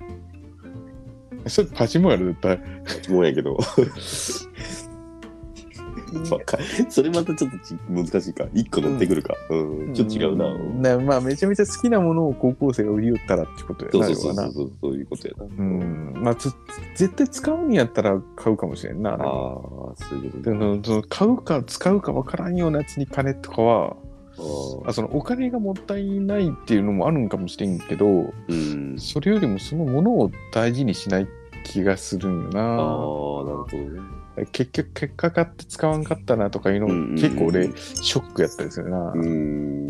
[SPEAKER 2] それパチモンやろ、絶対。
[SPEAKER 1] もうやけど。まあか それまたちょっとち難しいか。一個乗ってくるか。うん。ちょっと違うな。
[SPEAKER 2] なまあ、めちゃめちゃ好きなものを高校生が売り寄ったらってことや
[SPEAKER 1] そうそうそ
[SPEAKER 2] な、
[SPEAKER 1] う
[SPEAKER 2] 要
[SPEAKER 1] そう
[SPEAKER 2] はな。
[SPEAKER 1] そうそういうことやな。
[SPEAKER 2] うん。まあ、つ絶対使うんやったら買うかもしれんな。
[SPEAKER 1] ああ、そういうこと
[SPEAKER 2] で
[SPEAKER 1] ね。
[SPEAKER 2] もその買うか使うかわからんようなやつに金とかは、
[SPEAKER 1] あー
[SPEAKER 2] あそのお金がもったいないっていうのもあるんかもしれんけど
[SPEAKER 1] うん。
[SPEAKER 2] それよりもそのものを大事にしない気がするん
[SPEAKER 1] ああ、なる
[SPEAKER 2] よ
[SPEAKER 1] ほどね。
[SPEAKER 2] な結局結果買って使わんかったなとかいうの
[SPEAKER 1] うんうんうん
[SPEAKER 2] も結構俺ショックやったりするな、
[SPEAKER 1] うん。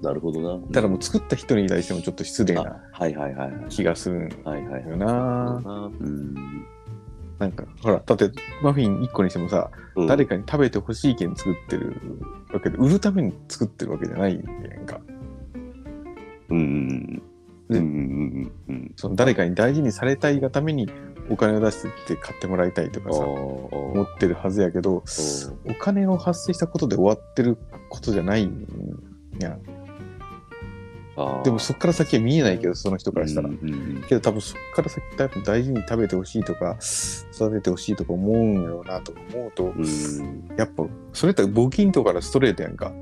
[SPEAKER 1] なるほどな。
[SPEAKER 2] ただもう作った人に対してもちょっと失礼
[SPEAKER 1] あ
[SPEAKER 2] な
[SPEAKER 1] はいはいはいはい。
[SPEAKER 2] 気がするん
[SPEAKER 1] はいはいはい。
[SPEAKER 2] よな
[SPEAKER 1] うん。
[SPEAKER 2] なんかほらだってマフィン1個にしてもさ、
[SPEAKER 1] うん
[SPEAKER 2] 誰かに食べてほしいけん作ってるわけで売るために作ってるわけじゃないやんか
[SPEAKER 1] うん。うん。うん。うん。うん。
[SPEAKER 2] その誰かに大事にされたいがためにお金を出してって買ってもらいたいと
[SPEAKER 1] あ
[SPEAKER 2] か
[SPEAKER 1] ー
[SPEAKER 2] さ持
[SPEAKER 1] あ
[SPEAKER 2] ってるはずやけど
[SPEAKER 1] ー。
[SPEAKER 2] お金を発生したことで終わってることじゃないんや
[SPEAKER 1] あー
[SPEAKER 2] でもそっから先は見えないけどその人からしたら、
[SPEAKER 1] うんうん
[SPEAKER 2] けど多分そっから先多分大事に食べてほしいとか育ててほしいとか思うんやろうなと思うと
[SPEAKER 1] うん。うん
[SPEAKER 2] やっぱそれって募金とかからストレートやんか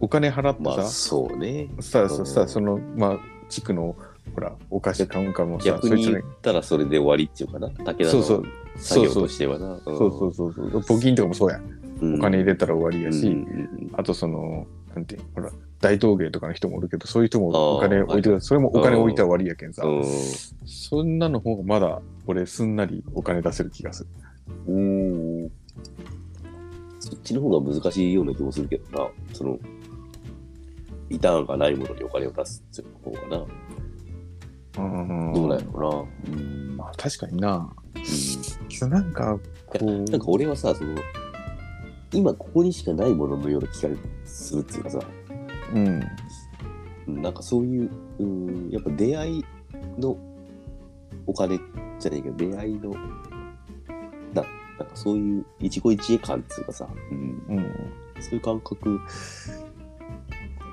[SPEAKER 2] お金払って
[SPEAKER 1] まあ
[SPEAKER 2] さ、
[SPEAKER 1] そうね
[SPEAKER 2] さあ
[SPEAKER 1] う
[SPEAKER 2] さ
[SPEAKER 1] ん
[SPEAKER 2] さその、まあ、地区の、ほら、お菓子買うんかもさ、
[SPEAKER 1] 逆
[SPEAKER 2] そい
[SPEAKER 1] に
[SPEAKER 2] つ
[SPEAKER 1] 言
[SPEAKER 2] ね
[SPEAKER 1] ったらそれで終わりっていうかな武田
[SPEAKER 2] そうそう
[SPEAKER 1] の、作業
[SPEAKER 2] そうそう
[SPEAKER 1] としてはなそ
[SPEAKER 2] そうそうそうそう、募金とかもそうやん。
[SPEAKER 1] うん、
[SPEAKER 2] お金入れたら終わりやし、
[SPEAKER 1] うんうんうん
[SPEAKER 2] あとその、なんていうのほら、大道芸とかの人もおるけど、そういう人もお金
[SPEAKER 1] あー
[SPEAKER 2] 置いてください。それもお金置いたら終わりやけんさ。
[SPEAKER 1] う
[SPEAKER 2] そんなの方がまだ、俺、すんなりお金出せる気がする。
[SPEAKER 1] ん、うんそっちの方が難しいような気もするけどなそのリターンがないものにお金を出すっていう方がな、
[SPEAKER 2] うん
[SPEAKER 1] どうなんやろうな、うん
[SPEAKER 2] まあ、確かにな。けどなんか、こう、
[SPEAKER 1] なんか俺はさその今ここにしかないもののような気がするっていうかさ
[SPEAKER 2] うん。
[SPEAKER 1] なんかそういううんやっぱ出会いのお金じゃねえけど出会いのななんかそういう一期一会感っていうかさ、うん、
[SPEAKER 2] うん。
[SPEAKER 1] そういう感覚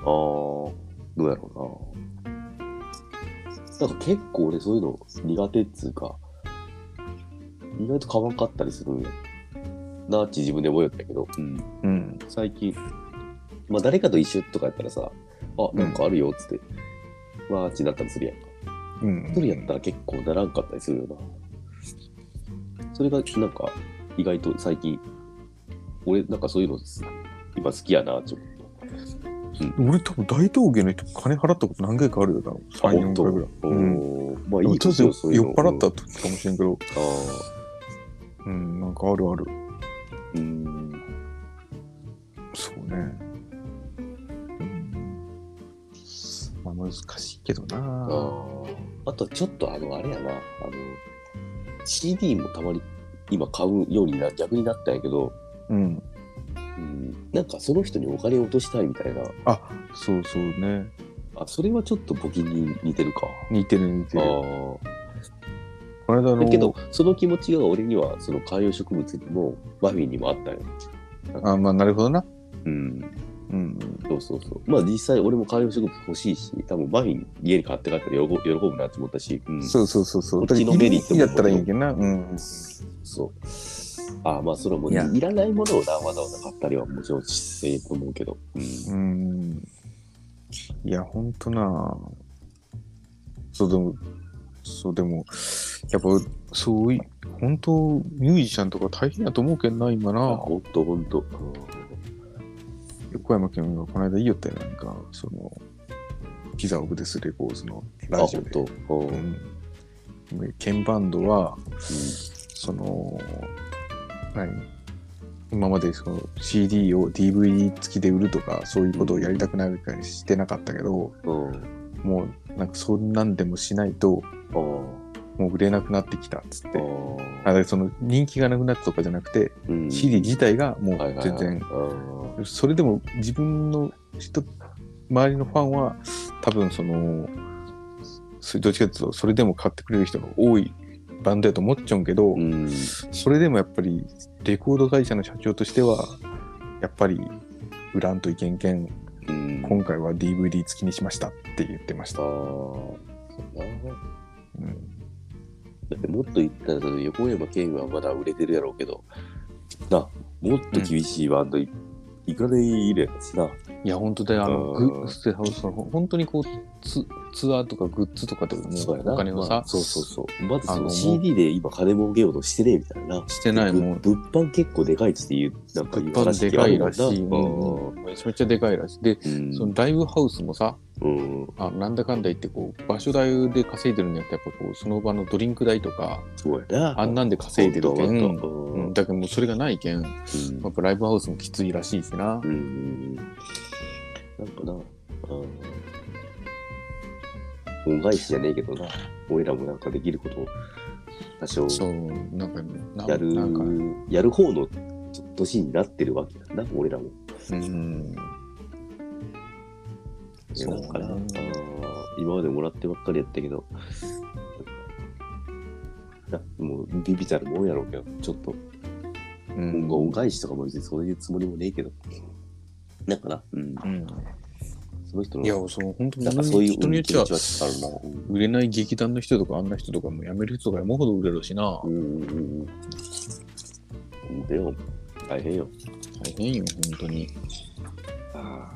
[SPEAKER 1] ああどうやろうななんか結構俺そういうの苦手っつうか意外と変わんかったりするんやなって自分で思うよったけど、うん、
[SPEAKER 2] うん。
[SPEAKER 1] 最近、まあ、誰かと一緒とかやったらさ、あ、なんかあるよっつって、わーってなったりするやんか。
[SPEAKER 2] うん。
[SPEAKER 1] 一人やったら結構ならんかったりするよな。それが、なんか、意外と最近、俺、なんかそういうのす、今好きやなって思
[SPEAKER 2] 俺多分大道芸の人金払ったこと何回かあるよ、多分。
[SPEAKER 1] あ
[SPEAKER 2] 3、4回ぐらい。
[SPEAKER 1] う。
[SPEAKER 2] うん。
[SPEAKER 1] おーまあ
[SPEAKER 2] で
[SPEAKER 1] い
[SPEAKER 2] も
[SPEAKER 1] い
[SPEAKER 2] ちょ
[SPEAKER 1] こ
[SPEAKER 2] っ
[SPEAKER 1] と
[SPEAKER 2] と
[SPEAKER 1] よ、そういう
[SPEAKER 2] 酔っ
[SPEAKER 1] の。
[SPEAKER 2] 払った
[SPEAKER 1] うん
[SPEAKER 2] 時かもしれんけど、
[SPEAKER 1] ああ、
[SPEAKER 2] うん、なんかあるある。
[SPEAKER 1] うん。
[SPEAKER 2] そうね。うん。まあ難しいけど
[SPEAKER 1] あ
[SPEAKER 2] な。
[SPEAKER 1] ーあと、ちょっと、あの、あれやな、あの、CD もたまに今買うようにな、逆になったんやけど、
[SPEAKER 2] うん。
[SPEAKER 1] うんなんかその人にお金を落としたいみたいな、
[SPEAKER 2] あ、そうそうね。
[SPEAKER 1] あそれはちょっと募金に似てるか。
[SPEAKER 2] 似てる似て
[SPEAKER 1] あ
[SPEAKER 2] る。この間
[SPEAKER 1] ー
[SPEAKER 2] の、
[SPEAKER 1] だけど、その気持ちが俺には、その観葉植物にも、マフィンにもあったよ。
[SPEAKER 2] あ、まあなるほどな。
[SPEAKER 1] うん、
[SPEAKER 2] うん。
[SPEAKER 1] そうそうそう。まあ実際、俺も観葉植物欲しいし、多分マフィン家に買って帰ったら喜ぶ喜ぶなって思ったし、うん、
[SPEAKER 2] そうそうそうそう。
[SPEAKER 1] こっちのメリットも
[SPEAKER 2] だったらいいんやけどな。うん。
[SPEAKER 1] そう。あーまあそれはもう
[SPEAKER 2] い
[SPEAKER 1] い
[SPEAKER 2] や
[SPEAKER 1] らないものをなわざわざ買ったりはもちろんしてると思うけど、うん
[SPEAKER 2] うん。いや、ほんとな。そうでも、そうでも、やっぱ、そうい、本当ミュージシャンとか大変やと思うけんな、今
[SPEAKER 1] あ
[SPEAKER 2] な。
[SPEAKER 1] ほんとほんと。うん
[SPEAKER 2] 横山君がこの間言いよったよ、なんか、その、ピザオブデスレコーズの
[SPEAKER 1] あ
[SPEAKER 2] ラジ
[SPEAKER 1] ほ
[SPEAKER 2] オ
[SPEAKER 1] ん
[SPEAKER 2] で。
[SPEAKER 1] と。うん
[SPEAKER 2] うん。鍵バンドは、
[SPEAKER 1] う
[SPEAKER 2] その、何今までその CD を DVD 付きで売るとか、そういうことをやりたくないからしてなかったけど、
[SPEAKER 1] んうん
[SPEAKER 2] もうなんかそんなんでもしないと、
[SPEAKER 1] あー
[SPEAKER 2] もう売れなくなってきたっつっ
[SPEAKER 1] あ
[SPEAKER 2] て。
[SPEAKER 1] ー
[SPEAKER 2] あでその人気がなくなったとかじゃなくて、
[SPEAKER 1] うん、
[SPEAKER 2] CD 自体がも
[SPEAKER 1] はいはいはい
[SPEAKER 2] う全然、
[SPEAKER 1] うん
[SPEAKER 2] それでも自分の人、周りのファンは多分その、そどっちかというとそれでも買ってくれる人が多いバンドやと思っちゃうんけど、
[SPEAKER 1] うん、
[SPEAKER 2] それでもやっぱりレコード会社の社長としてはやっぱり売らんといけんけん
[SPEAKER 1] うん、
[SPEAKER 2] 今回は DVD 付きにしましたって言ってまし
[SPEAKER 1] ああ
[SPEAKER 2] た、
[SPEAKER 1] そうな
[SPEAKER 2] うん、
[SPEAKER 1] だってもっと言ったらその横山健はまだ売れてるやろうけどなもっと厳しいバンドい,、かないるやつない
[SPEAKER 2] や本当だよあの
[SPEAKER 1] うん
[SPEAKER 2] グッズでハウスの本当にこうツツアーとかグッズとかでも
[SPEAKER 1] そうやな
[SPEAKER 2] お金をさ、
[SPEAKER 1] まあそうそうそうまず
[SPEAKER 2] あ
[SPEAKER 1] そ
[SPEAKER 2] のも
[SPEAKER 1] の
[SPEAKER 2] う
[SPEAKER 1] CD で今金儲けようとしてねえみたいな
[SPEAKER 2] してない
[SPEAKER 1] ぶ
[SPEAKER 2] もう
[SPEAKER 1] 物販結構でかいっつって言うなんか
[SPEAKER 2] 物
[SPEAKER 1] 言
[SPEAKER 2] 販でかいらしい、
[SPEAKER 1] う
[SPEAKER 2] うんめちゃめちゃでかいらしいで、
[SPEAKER 1] ん
[SPEAKER 2] そのライブハウスもさ
[SPEAKER 1] うん
[SPEAKER 2] あなんだかんだ言ってこう場所代で稼いでるんじゃなくてやっぱこうその場のドリンク代とか、
[SPEAKER 1] そうやな
[SPEAKER 2] あんなんで稼いでるけん
[SPEAKER 1] ほんとほ
[SPEAKER 2] うんん、
[SPEAKER 1] と
[SPEAKER 2] だけどもうそれがないけん
[SPEAKER 1] うん
[SPEAKER 2] やっぱライブハウスもきついらしいしな
[SPEAKER 1] う。んうんうんなんかな、うん、恩返しじゃねえけどな、俺らもなんかできることを多少
[SPEAKER 2] そう、なんか、な
[SPEAKER 1] やる
[SPEAKER 2] なんか、
[SPEAKER 1] やる方のちょ年になってるわけだな、俺らも。
[SPEAKER 2] うん。そう
[SPEAKER 1] なんかな、
[SPEAKER 2] ね
[SPEAKER 1] うん今までもらってばっかりやったけど、なもうビビたるもんやろうけど、ちょっと
[SPEAKER 2] う
[SPEAKER 1] 恩
[SPEAKER 2] ん。
[SPEAKER 1] 恩返しとかも別にそういうつもりもねえけど、なんかな、うん、
[SPEAKER 2] うん
[SPEAKER 1] その人の
[SPEAKER 2] いや、そう、本当
[SPEAKER 1] なんかそういう
[SPEAKER 2] 人によっ
[SPEAKER 1] 気
[SPEAKER 2] て
[SPEAKER 1] 持
[SPEAKER 2] は
[SPEAKER 1] ち、はちょっとあるな。うん
[SPEAKER 2] 売れない劇団の人とか、あんな人とかも辞める人が山ほど売れるしな。
[SPEAKER 1] うんうんうんうん。でも、大変よ。
[SPEAKER 2] 大変よ、本当に。
[SPEAKER 1] あ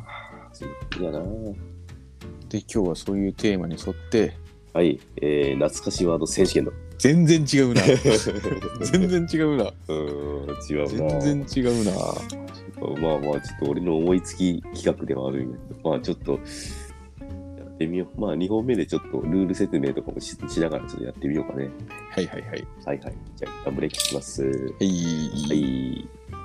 [SPEAKER 1] だな。
[SPEAKER 2] で、今日はそういうテーマに沿って、
[SPEAKER 1] はい、えー、懐かしいワード選 手権だ。
[SPEAKER 2] 全然違 うな。全然違うな。
[SPEAKER 1] うーん、違うな。
[SPEAKER 2] 全然違うな。
[SPEAKER 1] まあまあ、ちょっと俺の思いつき企画ではあるんだけど、まあちょっと、やってみよう。まあ2本目でちょっとルール説明とかもししながらちょっとやってみようかね。
[SPEAKER 2] はいはいはい。
[SPEAKER 1] はいはい。じゃあ、一旦ブレーキします。
[SPEAKER 2] はい。
[SPEAKER 1] はい。